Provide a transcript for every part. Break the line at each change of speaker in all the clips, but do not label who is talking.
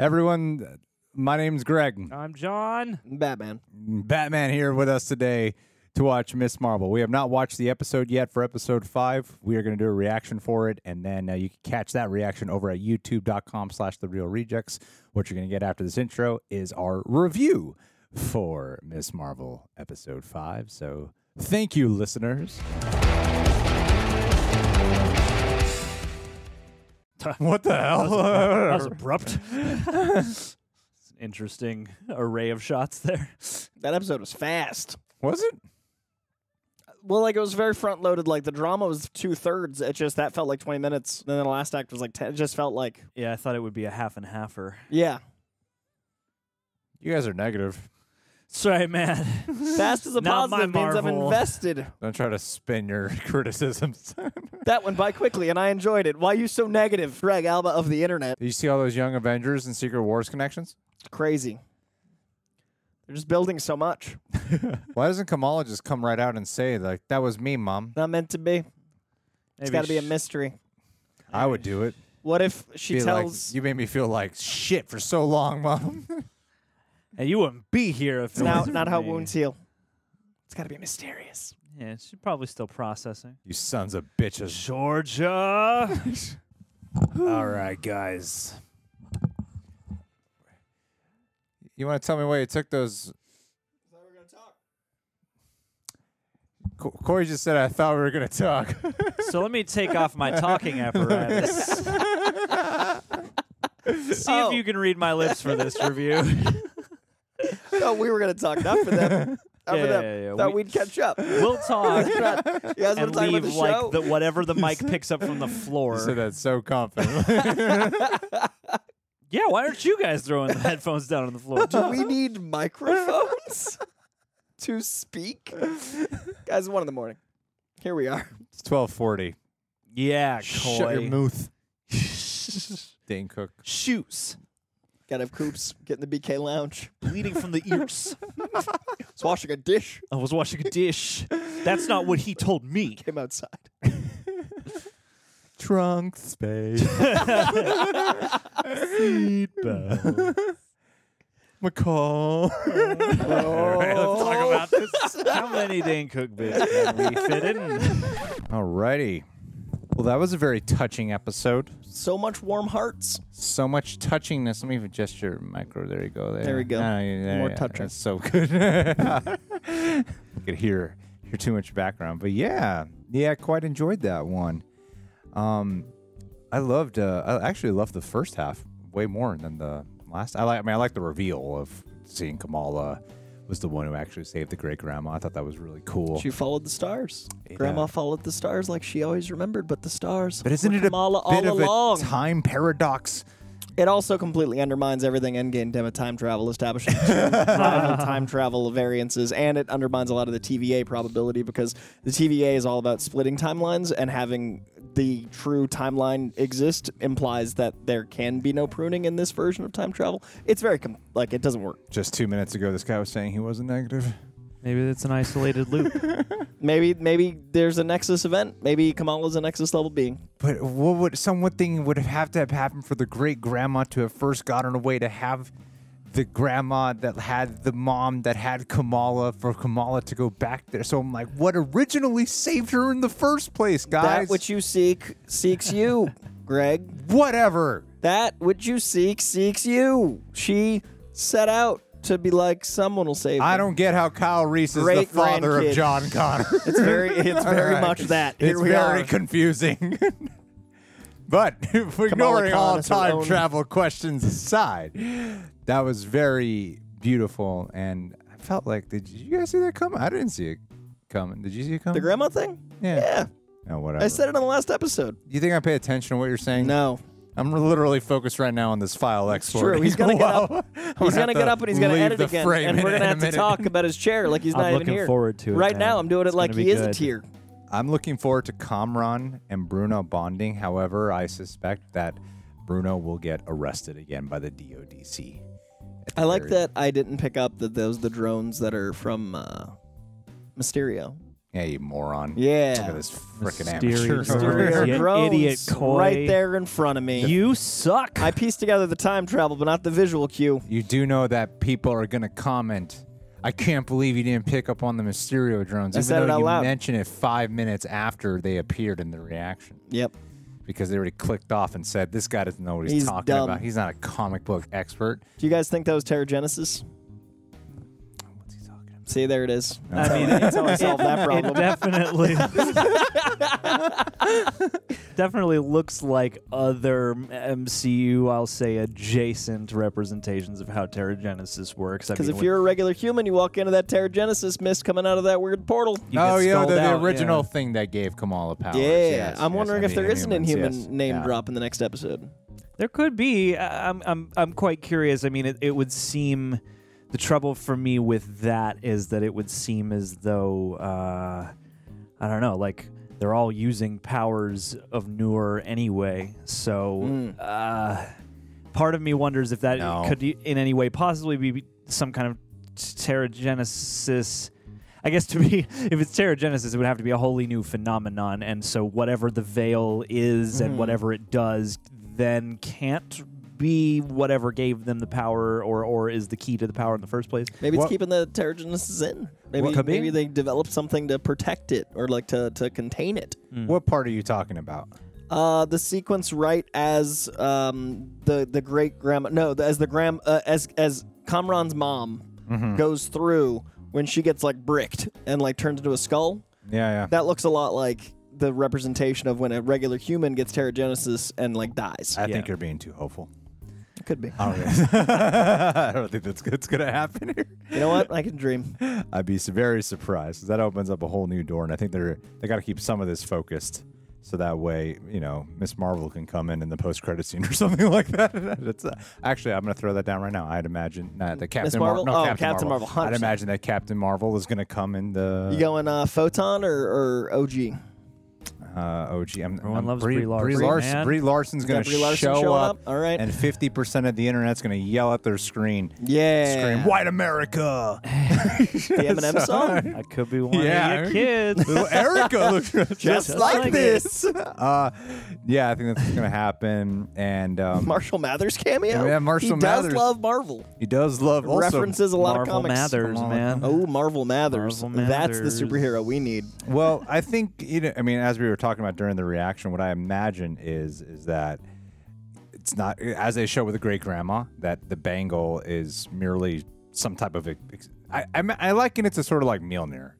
Everyone, my name's Greg.
I'm John.
Batman.
Batman here with us today to watch Miss Marvel. We have not watched the episode yet for episode five. We are going to do a reaction for it, and then uh, you can catch that reaction over at youtube.com slash the real rejects. What you're going to get after this intro is our review for Miss Marvel episode five. So thank you, listeners. what the
That was
hell?
abrupt. It's an Interesting array of shots there.
That episode was fast.
was it?
Well, like it was very front loaded. Like the drama was two thirds. It just that felt like twenty minutes, and then the last act was like ten. It just felt like
Yeah, I thought it would be a half and halfer.
yeah,
You guys are negative.
Sorry, man.
fast is a
Not my
positive means I'm
Marvel.
invested.
Don't try to spin your criticisms.
That went by quickly, and I enjoyed it. Why you so negative, Greg Alba of the internet?
Did you see all those young Avengers and Secret Wars connections?
Crazy. They're just building so much.
Why doesn't Kamala just come right out and say like that was me, mom?
Not meant to be. It's
Maybe
got to be a
sh-
mystery.
I would do it.
What if she
Be like,
tells?
you made me feel like shit for so long, mom.
And you wouldn't be here if
it's
it
not
wasn't
not how
for me.
wounds heal. It's got to be mysterious.
Yeah, she's probably still processing.
you sons of bitches.
Georgia.
all right, guys. You want to tell me why you took those? Co- Corey just said I thought we were gonna talk.
so let me take off my talking apparatus. See
Oh.
if you can read my lips for this review.
Oh, we were gonna talk enough for them. Enough
Yeah,
for them.
yeah, yeah.
Thought
We-
we, would catch up.
we'll talk
you guys want to
and
talk about
leave
the
like
show?
the, whatever the mic picks up from the
you
floor.
said that so confident.
Yeah, why aren't you guys throwing the headphones down on the floor?
Do we need microphones to speak? guys, one in the morning. Here we are.
it's twelve forty.
Yeah,
Shut your
Coy.
mouth, Dane Cook.
Shoes
Gotta have coops. Get in the BK lounge.
bleeding from the ears.
It's washing a dish.
I was washing a dish. That's not what he told me.
Came outside.
Trunk space. McCall. Oh.
Oh.
Talk about this. How many Dane Cook bits can we fit in?
Alrighty. Well, that was a very touching episode.
So much warm hearts.
So much touchingness. Let me adjust your micro. There you go. There,
we go.
Ah, yeah, there
More
you go.
touching.
That's so good. I could hear hear too much background, but yeah, yeah, I quite enjoyed that one. Um, I loved. Uh, I actually loved the first half way more than the last. I like. I mean, I like the reveal of seeing Kamala was the one who actually saved the great grandma. I thought that was really cool.
She followed the stars. Grandma followed the stars like she always remembered, but the stars.
but isn't
were
it a
Kamala all
bit of
along?
a time paradox?
It also completely undermines everything Endgame did with time travel, establishing two viable time travel variances, and it undermines a lot of the TVA probability because the TVA is all about splitting timelines, and having the true timeline exist implies that there can be no pruning in this version of time travel. It's very com- like it doesn't work.
Just two minutes ago, this guy was saying he wasn't negative.
Maybe it's an isolated loop.
Maybe maybe there's a Nexus event. Maybe Kamala's a Nexus level being.
But what would someone thing would have to have happened for the great grandma to have first gotten away to have the grandma that had the mom that had Kamala for Kamala to go back there? So I'm like, what originally saved her in the first place, guys?
That which you seek seeks you, Greg.
Whatever.
That which you seek seeks you. She set out to be like someone will save.
I
her.
don't get how Kyle Reese is the
Great
father of
grandkid.
John Connor.
It's very, it's very
Alright.
much that. Here
it's
we
very
are.
confusing. but if we're
Kamala
ignoring
Khan
all
is her
time
own-
travel questions aside, that was very beautiful, and I felt like, did you guys see that coming? I didn't see it coming. Did you see it coming?
the grandma thing.
Yeah.
Yeah,
No, whatever.
I said it on the last episode.
you think I pay attention to what you're saying?
No,
I'm literally focused right now on this file export.
true. He's gonna get
Wow.
up-
I'm
he's
have
gonna get
to
up and he's gonna
leave
edit
the
again,
frame
and
in-
we're gonna
in a
have to
minute.
talk about his chair like he's
I'm
not even
looking
here.
forward to it,
Right
man.
now, I'm doing it
It's
like
gonna
he
be
isn't
good.
here.
I'm looking forward to Kamran and Bruno bonding. However, I suspect that Bruno will get arrested again by the DODC.
I like
Very-
that I didn't pick up that those the drones that are from uh, Mysterio.
Yeah, you moron. Look
Yeah.
at this freaking amateur.
Mysterious
over here.
Mysterious.
There
You
are drones
idiot, Coy.
right there in front of me.
You suck.
I pieced together the time travel, but not the visual cue.
You do know that people are going to comment. I can't believe you didn't pick up on the Mysterio drones,
I
even
said it
though
out
you
loud.
mentioned it five minutes after they appeared in the reaction,
Yep.
because they already clicked off and said, "This guy doesn't know what he's,
He's
talking
dumb.
about. He's not a comic book expert."
Do you guys think that was Terra Genesis?
What's he talking about?
See, there it is.
I mean,
That's how I solved that
it
problem.
definitely definitely looks like other MCU, I'll say, adjacent representations of how Terra Genesis works.
Because if you're a regular human, you walk into that Terra Genesis mist coming out of that weird portal.
oh yeah, the, the original thing that gave Kamala powers.
Yeah,
Oh, Yes,
I'm
yes,
wondering
I
if
mean,
there is an
Inhumans,
Inhuman
yes.
name
Yeah.
drop in the next episode.
There could be. I- I'm I'm I'm quite curious. I mean, it, it would seem the trouble for me with that is that it would seem as though uh, I don't know, like they're all using powers of Noor anyway. So uh, part of me wonders if that
No.
could in any way possibly be some kind of pterogenesis. I guess to be, if it's pterogenesis, it would have to be a wholly new phenomenon. And so, whatever the veil is
Mm-hmm.
and whatever it does, then can't be whatever gave them the power or, or is the key to the power in the first place.
Maybe it's
What-
keeping the Terra Genesis in. Maybe,
Could be.
maybe they developed something to protect it or like to, to contain it.
What part are you talking about?
Uh, the sequence right as um, the the great grandma no the- as the grand uh, as as Kamran's mom goes through when she gets like bricked and like turns into a skull.
Yeah, yeah.
That looks a lot like the representation of when a regular human gets pterogenesis and like dies.
I
Yeah.
think you're being too hopeful.
Could be.
Oh, yeah. I don't think that's it's gonna happen here.
You know what? I can dream.
I'd be s- very surprised 'cause that opens up a whole new door, and I think they're they got to keep some of this focused so that way you know Miss Marvel can come in in the post credit scene or something like that. It's, uh, actually, I'm gonna throw that down right now. I'd imagine uh, the Captain
Marvel?
no,
Oh,
Captain,
Captain
Marvel.
Marvel,
I'd
100%.
imagine that Captain Marvel is gonna come in the
You going uh, photon or, or OG?
uh, OG. I'm,
Everyone
I'm
loves
Brie,
Brie Larson, man.
Brie Larson's
got
gonna
Brie Larson
show
showing
up.
up? All right.
And 50% of the internet's gonna yell at their screen,
Yeah.
scream "White America!"
The Eminem song.
I could be one
Yeah, I
of
mean-
your kids.
Little Erica looks just,
like
this. Uh, yeah, I think that's gonna happen. And um,
Marshall Mathers cameo.
Yeah, Marshall
he
Mathers.
does love Marvel.
he does love also.
References a lot of
Marvel
comics.
Mathers,
Come on.
man.
Oh, Marvel Mathers.
Marvel
That's
Mathers.
the superhero we need.
Well, I think you know. I mean, as we were talking about during the reaction, what I imagine is is that it's not as they show with the great grandma that the bangle is merely some type of. ex- I I, ma- I liken it to sort of like Mjolnir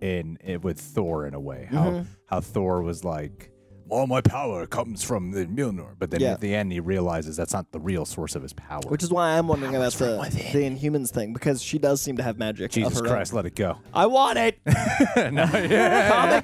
in, in, with Thor in a way. How
Mm-hmm.
how Thor was like. All my power comes from the Mjolnir, but then
Yeah.
at the end he realizes that's not the real source of his power.
Which is why I'm wondering about the, the Inhumans thing because she does seem to have magic.
Jesus
of her
Christ, let it go.
Own. I want it. Comic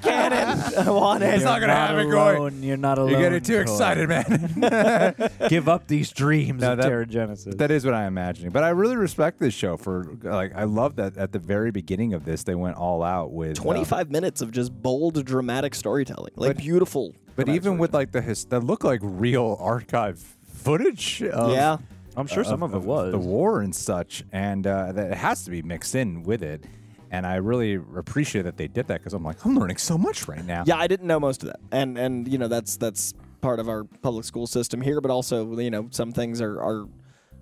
canon. I want it.
It's not gonna
not
happen, Goy.
alone. You're not alone.
You're getting too
Coy.
excited, man.
Give up these dreams
No,
of
that-
pterogenesis.
that is what I'm imagining. But I really respect this show for like I love that at the very beginning of this they went all out with um,
25 minutes of just bold, dramatic storytelling. Like beautiful.
but even with like the his, that look like real archive footage. Of,
yeah.
I'm sure some of it
uh, the
was.
war and such, and uh, that it has to be mixed in with it. And I really appreciate that they did that because I'm like I'm learning so much right now.
Yeah, I didn't know most of that, and and you know that's that's part of our public school system here, but also you know some things are are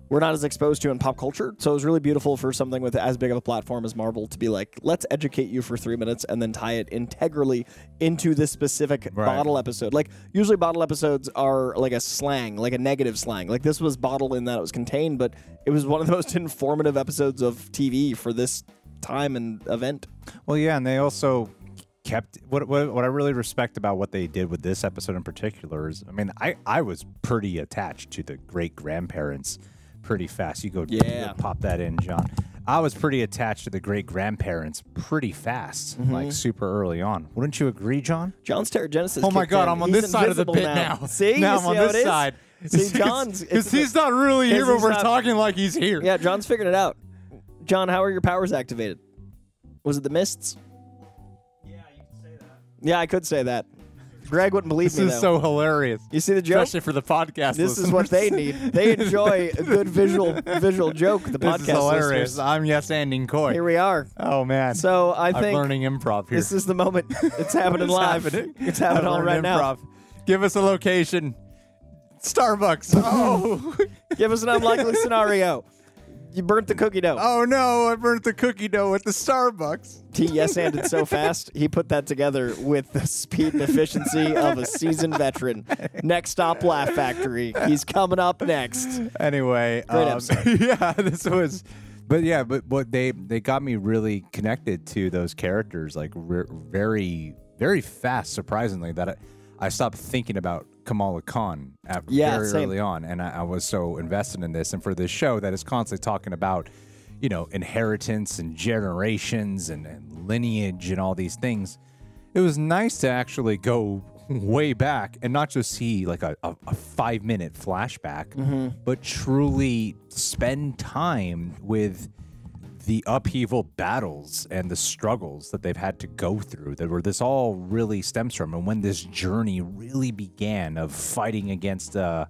we're not as exposed to in pop culture. So it was really beautiful for something with as big of a platform as Marvel to be like, let's educate you for three minutes and then tie it integrally into this specific bottle episode. Like usually bottle episodes are like a slang, like a negative slang. Like this was bottle in that it was contained, but it was one of the most informative episodes of TV for this time and event.
Well, yeah, and they also kept what, what what I really respect about what they did with this episode in particular is, I mean, I I was pretty attached to the great grandparents pretty fast. You go
Yeah.
pop that in, John. I was pretty attached to the great grandparents pretty fast,
Mm-hmm.
like super early on. Wouldn't you agree, John?
John's pterogenesis.
Oh my
kicked
God,
in.
I'm on
He's
this side of the
invisible
pit
now.
now.
See,
now
You
I'm
see
on
how
this
it is?
side.
See, John's
because
it's-
he's not really here, but
he's
we're
not-
talking like he's here.
yeah. John's figured it out. John, how are your powers activated? Was it the mists? Yeah, you could say that. Yeah, I could say that. Greg wouldn't believe
This
me.
is
though.
so hilarious.
You see the joke?
Especially for the podcast.
This is what they need. They enjoy a good visual visual joke. The
This
podcast
is hilarious.
listeners.
I'm yes anding Coy.
Here we are.
oh man.
So I
I'm
think
learning improv here.
this is the moment. It's happening
It's
live.
happening.
It's happening
I
all right
learned
now.
improv. Give us a location. Starbucks. Oh,
Give us an unlikely scenario. You burnt the cookie dough.
oh no! I burnt the cookie dough at the Starbucks.
He yes handed so fast, he put that together with the speed and efficiency of a seasoned veteran. Next stop, Laugh Factory. He's coming up next.
Anyway,
Great
um,
episode.
yeah, this was. But yeah, but what they they got me really connected to those characters, like re- very very fast, surprisingly. That I, I stopped thinking about Kamala Khan after
Yeah,
very
same.
early on, and I, I was so invested in this and for this show that is constantly talking about, you know, inheritance and generations and, and lineage and all these things. It was nice to actually go way back and not just see like a, a, a five minute flashback,
Mm-hmm.
but truly spend time with the upheaval battles and the struggles that they've had to go through that were this all really stems from and when this journey really began of fighting against uh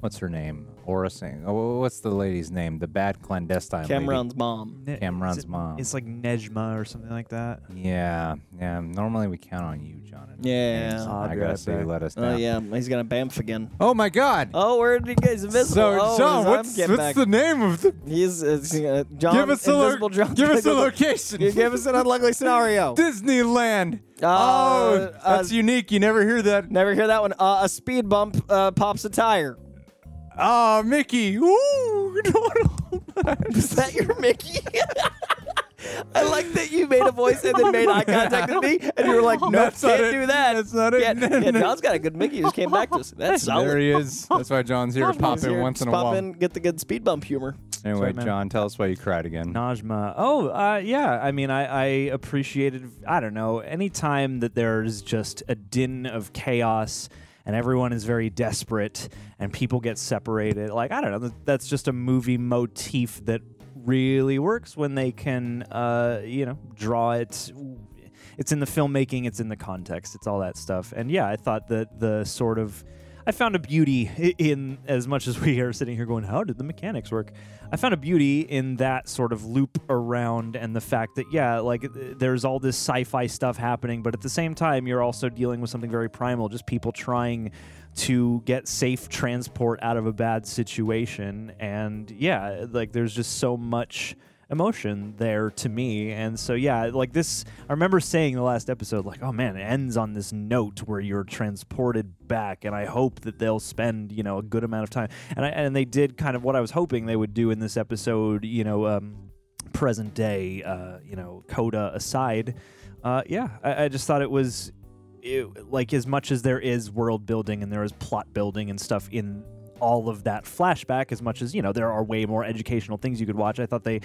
what's her name Aura Singh oh, what's the lady's name the bad clandestine lady.
Cameron's mom.
Ne-
Cameron's
is it-
mom.
It's like Nejma or something like that.
yeah yeah normally we count on you John and
Yeah.
I
I'll be
gotta
right
say you
back.
let us down
Oh, yeah. He's going to BAMF again.
oh my god
Oh, where did he get? He's invisible.
so
oh,
John
his arm
what's
came
what's
back.
the name of the
He's, it's, uh, John,
give us a
invisible
lo-
John.
give us a
Tickle.
location
You give us an unlikely scenario.
Disneyland.
Uh,
oh,
uh,
that's unique. You never hear that.
Never hear that one. Uh, a speed bump uh, pops a tire.
Oh, Mickey. Ooh.
Is that your Mickey? I like that you made a voice and then made eye contact with me, and you were like, "No,
That's not
can't
it.
do that."
That's not it.
Yeah, yeah, John's got a good Mickey. He just came back to us. That's solid.
there he is. That's why John's here to pop
He's here,
in once in a
just pop
while.
in, get the good speed bump humor.
Anyway,
Sorry, man.
John, tell us why you cried again.
Najma. Oh, uh, yeah. I mean, I, I appreciated, I don't know, any time that there's just a din of chaos and everyone is very desperate and people get separated. Like, I don't know. that- That's just a movie motif that really works when they can, uh, you know, draw it. It's in the filmmaking, it's in the context, it's all that stuff. And yeah, I thought that the sort of. I found a beauty i- in as much as we are sitting here going, how did the mechanics work? I found a beauty in that sort of loop around and the fact that, yeah, like th- there's all this sci fi stuff happening, but at the same time, you're also dealing with something very primal, just people trying to get safe transport out of a bad situation. And yeah, like there's just so much emotion there to me. And so, yeah, like this, I remember saying the last episode, like, oh man, it ends on this note where you're transported back. And I hope that they'll spend, you know, a good amount of time. And, I, and they did kind of what I was hoping they would do in this episode, you know, um, present day, uh, you know, coda aside. Uh, yeah, I, I just thought it was. It, like as much as there is world building and there is plot building and stuff in all of that flashback as much as you know there are way more educational things you could watch i thought they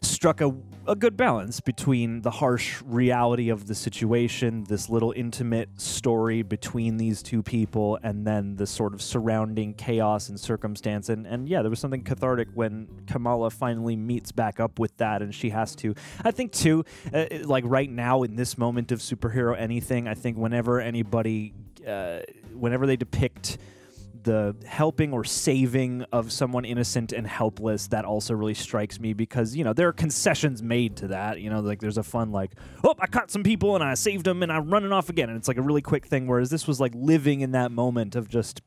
struck a, a good balance between the harsh reality of the situation this little intimate story between these two people and then the sort of surrounding chaos and circumstance and, and yeah there was something cathartic when kamala finally meets back up with that and she has to i think too uh, like right now in this moment of superhero anything i think whenever anybody uh, whenever they depict the helping or saving of someone innocent and helpless that also really strikes me because you know there are concessions made to that you know like there's a fun like oh i caught some people and i saved them and i'm running off again and it's like a really quick thing whereas this was like living in that moment of just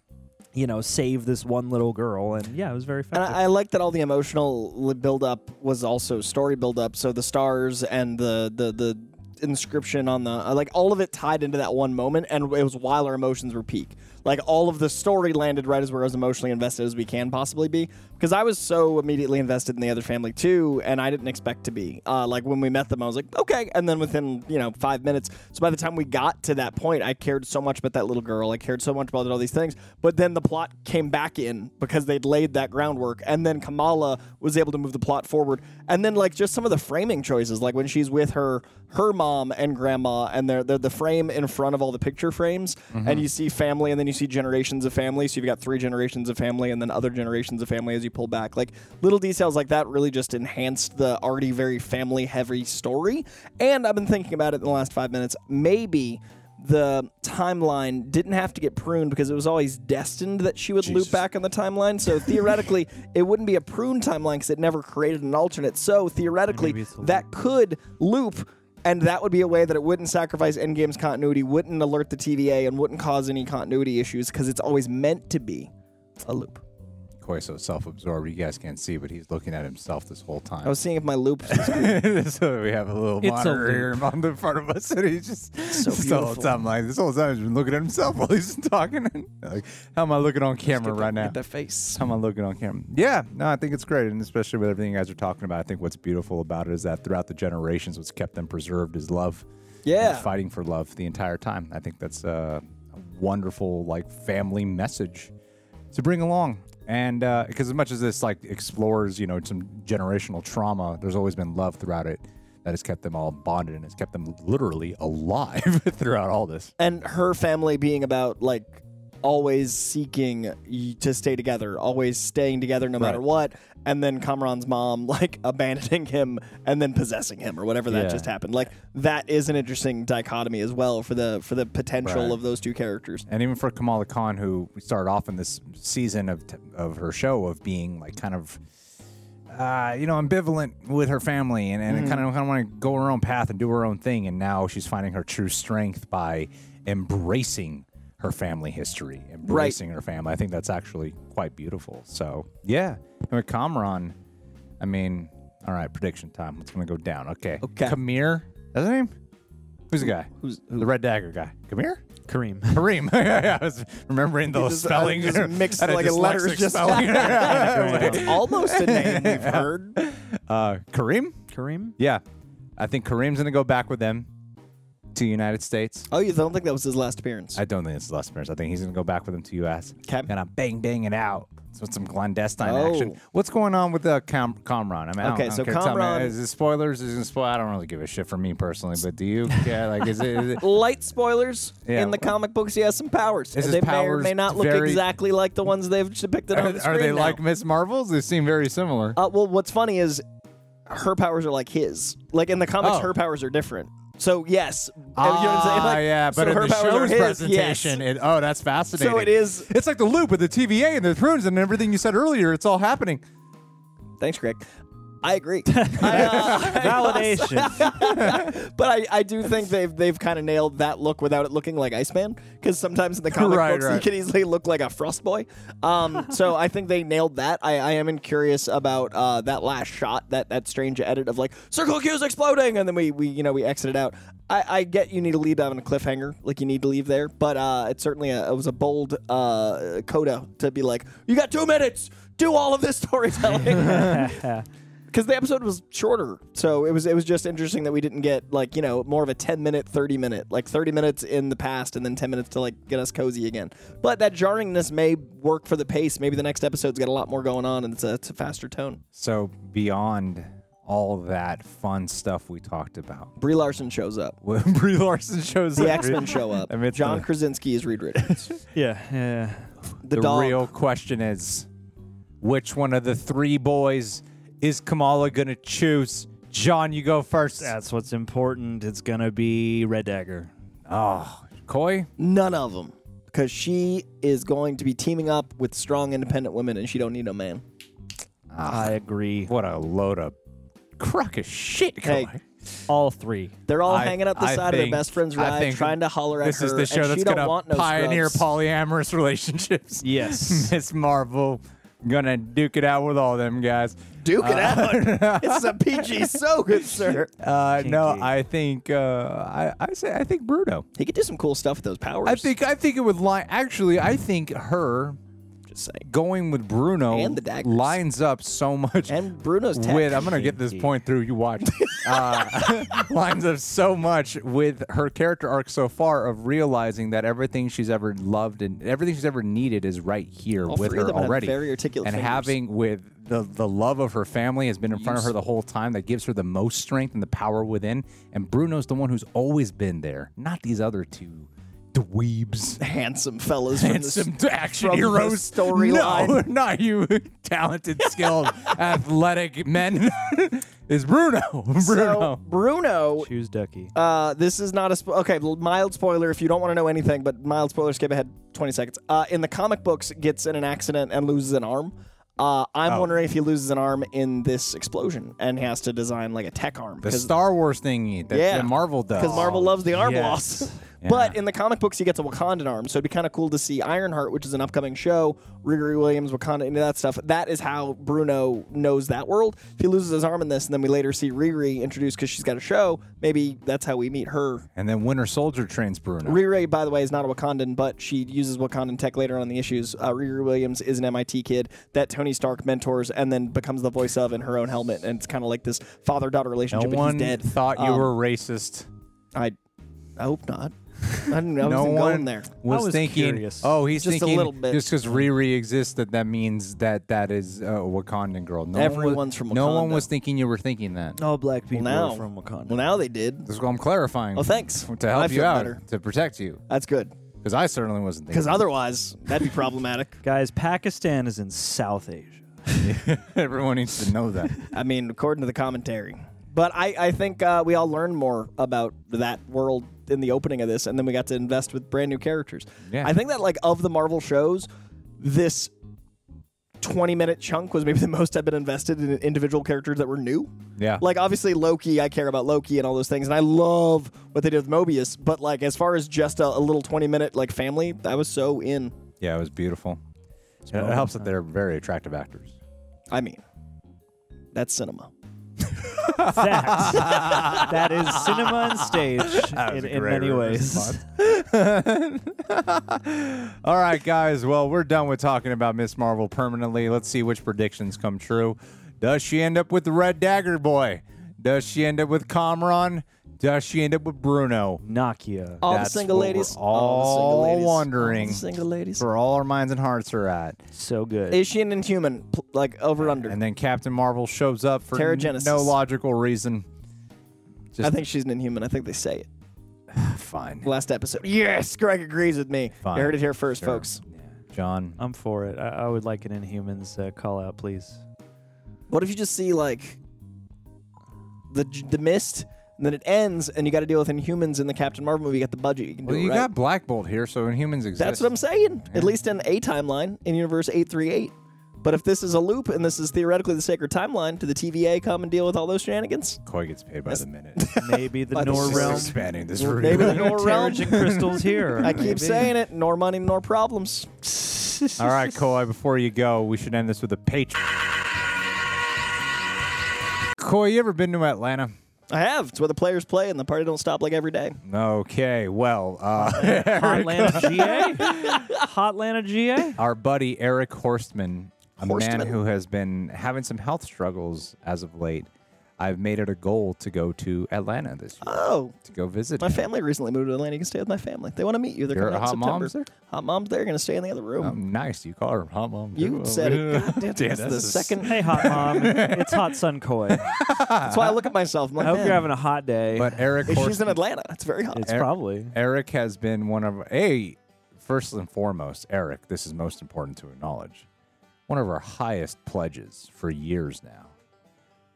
you know save this one little girl and yeah it was very fun
And I, I like that all the emotional li- buildup was also story buildup. So the stars and the the the inscription on the uh, like all of it tied into that one moment, and it was while our emotions were peak. Like all of the story landed right as we're as emotionally invested as we can possibly be. Because I was so immediately invested in the other family too, and I didn't expect to be. Uh, like when we met them, I was like, okay. And then within you know five minutes, so by the time we got to that point, I cared so much about that little girl. I cared so much about all these things. But then the plot came back in because they'd laid that groundwork, and then Kamala was able to move the plot forward. And then like just some of the framing choices, like when she's with her her mom and grandma, and they're, they're the frame in front of all the picture frames, and you see family, and then you see generations of family. So you've got three generations of family, and then other generations of family as you pull back. Like little details like that really just enhanced the already very family heavy story. And I've been thinking about it in the last five minutes. Maybe the timeline didn't have to get pruned because it was always destined that she would loop back on the timeline. So theoretically, it wouldn't be a pruned timeline because it never created an alternate. So theoretically,
Maybe it's a loop.
that could loop. And that would be a way that it wouldn't sacrifice Endgame's continuity, wouldn't alert the TVA, and wouldn't cause any continuity issues because it's always meant to be a loop.
Koiso is self-absorbed. You guys can't see, but he's looking at himself this whole time.
I was seeing if my loop was
so we have a little
a
monitor here
loop.
on the front of us, and he's just so this whole
beautiful.
time like this whole time he's been looking at himself while he's talking. And like, how am I looking on camera right now?
at that face.
How am I looking on camera? Yeah, no, I think it's great, and especially with everything you guys are talking about, I think what's beautiful about it is that throughout the generations, what's kept them preserved is love.
Yeah.
and fighting for love the entire time. I think that's a, a wonderful like family message to bring along. And because as much as this like explores, you know, some generational trauma, there's always been love throughout it that has kept them all bonded and has kept them literally alive throughout all this.
and her family being about like always seeking y- to stay together, always staying together no matter
Right.
what, and then Kamran's mom like abandoning him and then possessing him or whatever that
Yeah.
just happened. Like that is an interesting dichotomy as well for the for the potential
Right.
of those two characters.
And even for Kamala Khan, who started off in this season of t- of her show of being like kind of, uh, you know, ambivalent with her family and,
Mm-hmm.
and kind of kind of want to go her own path and do her own thing. And now she's finding her true strength by embracing her family history, embracing her family. I think that's actually quite beautiful. So yeah, and with Kamran, I mean, all right, prediction time. It's gonna go down. Okay.
Okay.
Kamir, that's his name. Who's the guy?
Who's
The Red Dagger guy. Kamir.
Kareem.
Kareem. yeah, yeah, I was remembering those
just- I
spellings.
just mixed,
I had a
like, a letters
dyslexic
just-
spelling.
It's almost a name we've heard.
uh, Kareem?
Kareem?
Yeah. I think Kareem's going to go back with them to United States.
Oh, you don't think that was his last appearance?
I don't think it's last appearance. I think he's going to go back with them to U.S.
Okay.
And I'm bang, bang it out. So it's some clandestine
Oh.
action. What's going on with uh, Cam- Comron? I mean, I don't-
Okay,
I don't
so
care. Tell me,
Kamran-
Is it spoilers? Is it spoil? I don't really give a shit for me personally, but do you? Yeah, like, is it? Is it
Light spoilers
Yeah.
in the comic books. He has some powers.
Is his
they may or
powers
may not look
very-
exactly like the ones they've depicted on
are,
the screen.
are they
now.
like Miss Marvels? They seem very similar.
Uh, well, what's funny is her powers are like his. Like in the comics,
Oh.
her powers are different. So yes, you know what I'm saying?
Ah,
Like,
yeah, but
so
in
her
the
powers are
show's
his,
presentation,
yes.
it, oh, that's fascinating.
So it is-
It's like the loop with the TVA and the prunes and everything you said earlier. It's all happening.
Thanks, Greg. I agree. I, uh,
Validation.
but I, I do think they've they've kind of nailed that look without it looking like Iceman because sometimes in the comic
Right,
books
right.
he can easily look like a Frost Boy. Um, so I think they nailed that. I, I am curious about uh, that last shot, that that strange edit of like Circle Q is exploding, and then we we you know we exited out. I, I get you need to leave on a cliffhanger, like you need to leave there, but uh, it's certainly a, it was a bold uh, coda to be like, you got two minutes, do all of this storytelling. because the episode was shorter, so it was it was just interesting that we didn't get like you know more of a ten minute, thirty minute, like thirty minutes in the past and then ten minutes to like get us cozy again. But that jarringness may work for the pace. Maybe the next episode's got a lot more going on and it's a, it's a faster tone.
So beyond all that fun stuff we talked about,
Brie Larson shows up.
when Brie Larson shows
The
up,
X Men show up.
I mean, it's
John
the-
Krasinski is Reed Richards.
yeah, yeah.
The,
the
dog.
real question is, which one of the three boys is Kamala gonna choose? John, you go first.
That's what's important. It's going to be Red Dagger.
Oh, Coy.
None of them, because she is going to be teaming up with strong, independent women, and she don't need no man.
I agree.
What a load of crock of shit, Coy.
Hey,
All three.
They're all
I-
hanging up the
I
side of
think-
their best friend's
I
ride,
think
trying to holler at
This
her.
is the show
and
that's
she don't
gonna
want no
pioneer
scrubs.
polyamorous relationships.
Yes.
Miss Marvel gonna duke it out with all them guys.
Duke it out. it's a PG so good, sir.
Uh, no,
Kinky.
I think uh, I, I say I think Bruno.
He could do some cool stuff with those powers.
I think I think it would line. Actually, I think her
Just saying.
going with Bruno
And the daggers.
lines up so much.
And Bruno's tech.
with I'm gonna get this point through. You watch. Uh, lines up so much with her character arc so far of realizing that everything she's ever loved and everything she's ever needed is right here
All
with
three
her
of them have
already.
very articulate
and
fingers.
having with the the love of her family has been in front of her the whole time. That gives her the most strength and the power within. And Bruno's the one who's always been there, not these other two dweebs
handsome fellas from
and
the
some action
from the
heroes
storyline.
No, not you, talented, skilled, athletic men. is Bruno. Bruno.
So Bruno
Choose Ducky.
Uh, this is not a spo- okay. l- Mild spoiler if you don't want to know anything, but mild spoiler. Skip ahead twenty seconds. Uh, in the comic books, gets in an accident and loses an arm. Uh, I'm wondering if he loses an arm in this explosion and has to design like a tech arm
the Star Wars thingy that,
Yeah.
that Marvel does.
because Marvel loves the arm
yes.
loss. But in the comic books, he gets a Wakandan arm, so it'd be kind of cool to see Ironheart, which is an upcoming show, Riggory Williams, Wakanda, into that stuff. That is how Bruno knows that world. If he loses his arm in this, and then we later see Riri introduced because she's got a show, maybe that's how we meet her
And then Winter Soldier trains Bruno.
Riri, by the way, is not a Wakandan, but she uses Wakandan tech later on in the issues. Uh, Riri Williams is an MIT kid that Tony Stark mentors and then becomes the voice of in her own helmet. And it's kind of like this father daughter
no
relationship. but
one
he's dead.
thought you
Um,
were racist.
I, I hope not. I, didn't, I wasn't
no one
going there.
was,
I was
thinking.
curious.
Oh, he's
Just a
thinking
little bit.
just because Riri exists that that means that that is a Wakandan girl. No one was-
Everyone's from
No one
Wakanda.
was thinking you were thinking that.
All black people
Well, now,
are from Wakanda.
Well, now they did.
That's what I'm clarifying.
Well, thanks.
to help
I
you
feel
out
better.
to protect you
That's good.
because I certainly wasn't
Because
thinking.
otherwise, that'd be problematic.
Guys, Pakistan is in South Asia.
Everyone needs to know that.
I mean, according to the commentary. But I, I think uh, we all learned more about that world in the opening of this, and then we got to invest with brand new characters.
Yeah.
I think that, like, of the Marvel shows, this 20 minute chunk was maybe the most I've been invested in individual characters that were new.
Yeah.
Like, obviously, Loki, I care about Loki and all those things, and I love what they did with Mobius, but, like, as far as just a, a little 20 minute, like, family, I was so in.
yeah, it was beautiful. It helps that they're very attractive actors.
I mean, that's cinema.
That, that is cinema on stage in, in many ways.
All right, guys. Well, we're done with talking about Miss Marvel permanently. Let's see which predictions come true. Does she end up with the Red Dagger Boy? Does she end up with Comron? Does she end up with Bruno?
Nokia.
All
That's
the single
what we're
ladies.
all
all the single ladies.
wondering.
All the single ladies.
Where all our minds and hearts are at.
So good.
Is she an inhuman? Pl- Like over under.
And then Captain Marvel shows up for
Terra
n-
Genesis.
no logical reason.
I
Just
think she's an inhuman. I think they say it.
fine.
Last episode. Yes, Greg agrees with me.
Fine.
You heard it here first,
Sure.
folks.
John.
I'm for it. I, I would like an Inhumans uh, call out, please.
What if you just see like the j- the mist, and then it ends, and you got to deal with inhumans in the Captain Marvel movie? You got the budget. You can do
Well,
it
you
right.
got Black Bolt here, so Inhumans exist.
That's what I'm saying. At least in a timeline in Universe eight three eight. But if this is a loop and this is theoretically the sacred timeline, do the TVA come and deal with all those shenanigans?
Koi gets paid by the minute.
Maybe the
But
Nor
it's
Just
realm.
expanding this
Maybe
room.
the Nor realm.
Terrigen crystals here.
I keep saying it. Nor money, nor problems.
All right, Koi, before you go, we should end this with a patron. Koi, you ever been to Atlanta?
I have. It's where the players play and the party don't stop like every day.
Okay, well, uh,
Hotlanta GA. Hotlanta GA.
our buddy Eric Horstman, a man
Horstman?
who has been having some health struggles as of late, I've made it a goal to go to Atlanta this year
Oh,
to go visit.
my
him.
family recently moved to Atlanta. You can stay with my family. They want to meet you. They're
Your
coming out in
hot
September.
moms there?
Hot moms there. Going to stay in the other room.
Oh, nice, you call her hot mom.
you
too.
said it. God
Damn,
damn, that's the
that's a s-
second.
Hey, hot mom. It's hot sun koi. I
That's why I look at myself. I'm like,
hope
"Man,
you're having a hot day.
But Eric,
if she's in
Horstman-
Atlanta. It's very hot.
it's
Eric-
probably.
Eric has been one of hey, first and foremost, Eric, this is most important to acknowledge. One of our highest pledges for years now.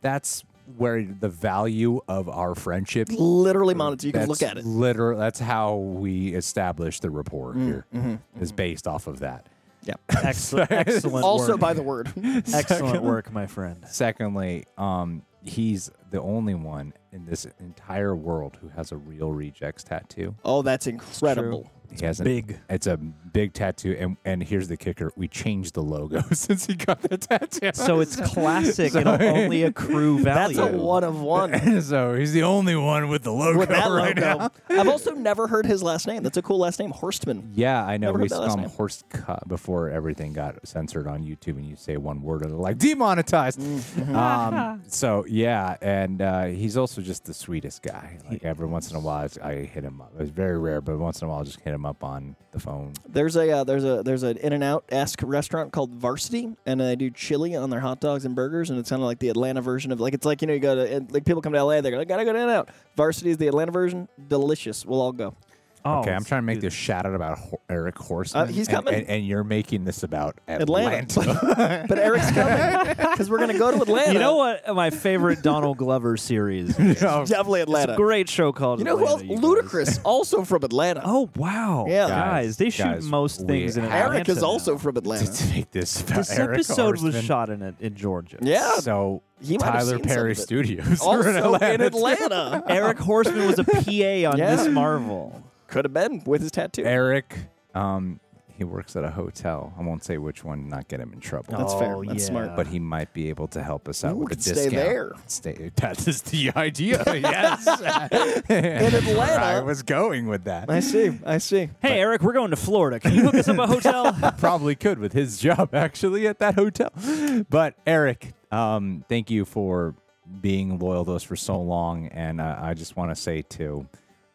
That's where the value of our friendship
Literally monitored. You can look
that's
at it.
Literally, that's how we establish the rapport
Mm,
here. Is
mm-hmm,
based off of that.
Yeah.
Excellent. Excellent
Also
work.
by the word.
Excellent work, my friend.
Secondly, um, he's the only one in this entire world who has a real rejects tattoo.
oh, that's incredible.
He has an-
big.
It's a big tattoo, and and here's the kicker: we changed the logo since he got the tattoo.
So it's classic. It'll only accrue value.
That's a one of one.
so he's the only one with the logo
With that
right
logo,
now.
I've also never heard his last name. That's a cool last name, Horstman.
Yeah, I know.
Never
We
heard that last
scum
name.
horse cut before everything got censored on YouTube, and you say one word and they're like demonetized.
Mm-hmm.
um, so yeah, and uh, he's also just the sweetest guy. Like every once in a while, it's- I hit him up. It's very rare, but once in a while, I just hit him up on the phone.
There's a uh, there's a there's an In and Out esque restaurant called Varsity, and they do chili on their hot dogs and burgers, and it's kind of like the Atlanta version of like it's like you know you go to and, like people come to LA, they're like gotta go to In and Out. Varsity is the Atlanta version, delicious. We'll all go.
Oh,
Okay, I'm
it's-
trying to make
dude,
this shouted about Ho- Eric Horseman.
Uh, he's
and-
coming.
and, and you're making this about Atlanta.
Atlanta. but, but Eric's coming because we're gonna go to Atlanta.
You know what? My favorite Donald Glover series. It's
Oh,
Definitely
a
Atlanta.
great show called.
You know who else?
Atlanta, you guys.
Ludacris, also from Atlanta.
Oh wow!
Yeah.
guys, they shoot
Guys,
most
we-
things in Atlanta.
Eric is
now.
also from Atlanta.
to make this about
This
Eric
episode was
Horstman.
shot in in Georgia.
Yeah,
So
He might have
Tyler
seen some
Perry
of it.
Studios are
also
in Atlanta.
in Atlanta.
Eric Horseman was a PA on
Yeah.
Miss Marvel.
Could have been with his tattoo.
Eric, um, he works at a hotel. I won't say which one, not get him in trouble.
That's fair.
Oh,
That's
yeah.
smart.
But he might be able to help us out
Ooh,
with a
could stay
discount.
there.
Stay- That is the idea. yes. in
Atlanta.
I was going with that.
I see. I see.
Hey, Eric, we're going to Florida. Can you hook us up a hotel?
probably could with his job actually at that hotel. But Eric, um, thank you for being loyal to us for so long, and uh, I just want to say too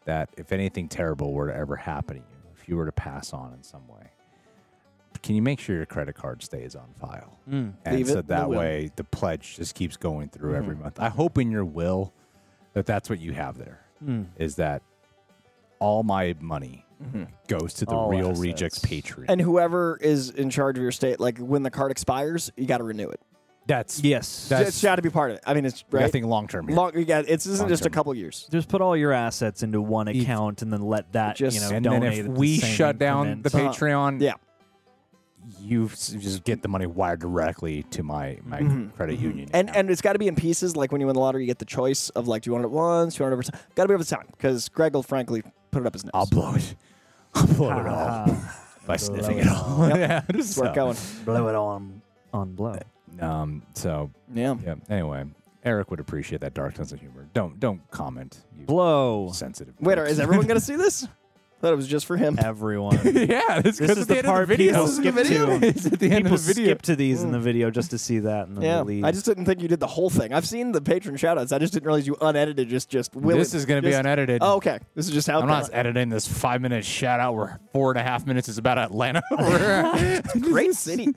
that if anything terrible were to ever happen to you, if you were to pass on in some way, can you make sure your credit card stays on file? And
Mm. Leave
so
it in the
that
will. Mm-hmm.
way the pledge just keeps going through every month. I hope in your will that that's what you have there is
Mm.
that all my money goes to the
All
real
assets.
rejects Patreon.
And whoever is in charge of your state, like when the card expires, you got to renew it.
That's
yes.
That- That's-
it's got to be part of it. I mean, it's right.
I think long term.
Long, you got, it's isn't just a
Long-term.
couple years.
Just put all your assets into one
Eat.
account and then let that
Just-
you know
and then
donate.
if
at the
we
same
shut down
increment.
the
increment.
Patreon,
Yeah.
you s- just get the money wired directly to my my credit
Mm-hmm.
union.
Mm-hmm. And
account.
and it's got to be in pieces. Like when you win the lottery, you get the choice of like, do you want it once? Do you want it over time? Got to be over time because Greg will frankly put it up his nose.
I'll blow it. I'll blow it all by sniffing it all. yeah,
That's where
so,
it going.
blow it on on blow.
Um. So
Yeah.
yeah. Anyway, Eric would appreciate that dark sense of humor. Don't don't comment. You
Blow
sensitive.
Wait,
pricks.
is everyone going to see this? Thought it was just for him.
everyone.
yeah, this,
This is the part people
This is
skip to.
It's at the end
People
of the video.
skip to these in the video just to see that in the
Mm. Yeah,
lead.
I just didn't think you did the whole thing. I've seen the patron shoutouts. I just didn't realize you unedited. Just, just will
This is going to be unedited.
Oh, okay. This is just how.
I'm
it
not
goes.
editing this five minute shout out where four and a half minutes is about Atlanta. We're-
Great city.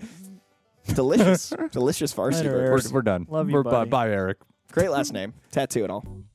Delicious, delicious Farsi.
Later,
burgers.
we're, we're done.
Love you,
we're, bye-
buddy.
Bye, Eric.
Great last name, tattoo and all.